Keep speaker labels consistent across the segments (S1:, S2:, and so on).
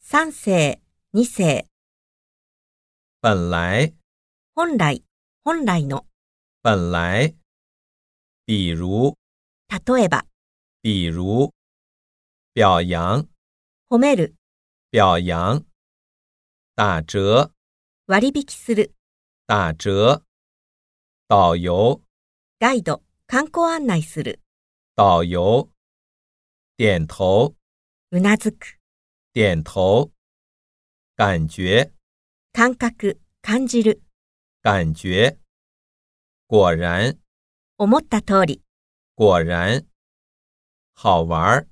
S1: 三世、二世、
S2: 本来，
S1: 本来、本来の、
S2: 本来。比如，
S1: 例えば、
S2: 比如。表扬，
S1: 褒める、
S2: 表扬。打折，
S1: 割引する、
S2: 打折。导游，
S1: ガイド、観光案内する、
S2: 导游。点头，
S1: うなずく、
S2: 点头。感觉，
S1: 感覚、感じる、
S2: 感觉。果然，
S1: 思った通り、
S2: 果然。好玩儿，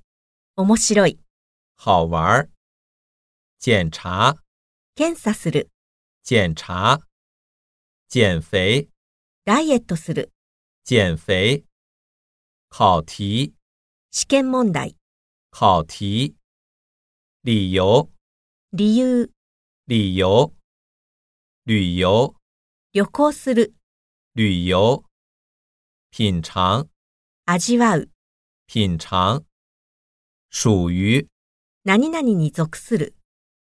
S1: 面白い、
S2: 好玩儿。检查，
S1: 検査する、
S2: 检查。减肥，
S1: ダイエットする、
S2: 减肥。考题，
S1: 試験問題、
S2: 考题。理由，
S1: 理由、
S2: 理由。旅游，
S1: 旅行する、
S2: 旅游。品尝，
S1: 味わう、
S2: 品尝。属于，
S1: 何々に属する、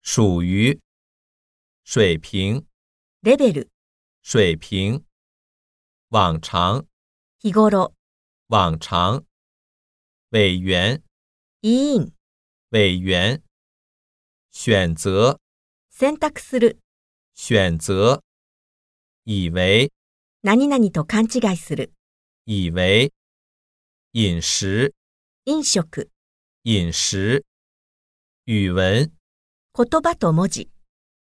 S2: 属于。水平，
S1: レベル、
S2: 水平。往常，
S1: 日頃、
S2: 往常。委员，
S1: 委員、
S2: 委员。选择，
S1: 選択する、
S2: 选择。以为，
S1: 何々と勘違いする、
S2: 以为。饮食，
S1: 飲食、
S2: 饮食。语文，
S1: 言葉と文字、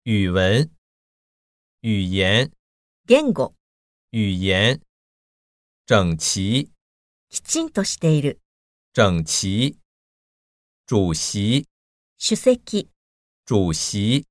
S2: 语文。语言，
S1: 言語、
S2: 语言。整齐，
S1: きちんとしている、
S2: 整齐。主席，
S1: 主席、
S2: 主席。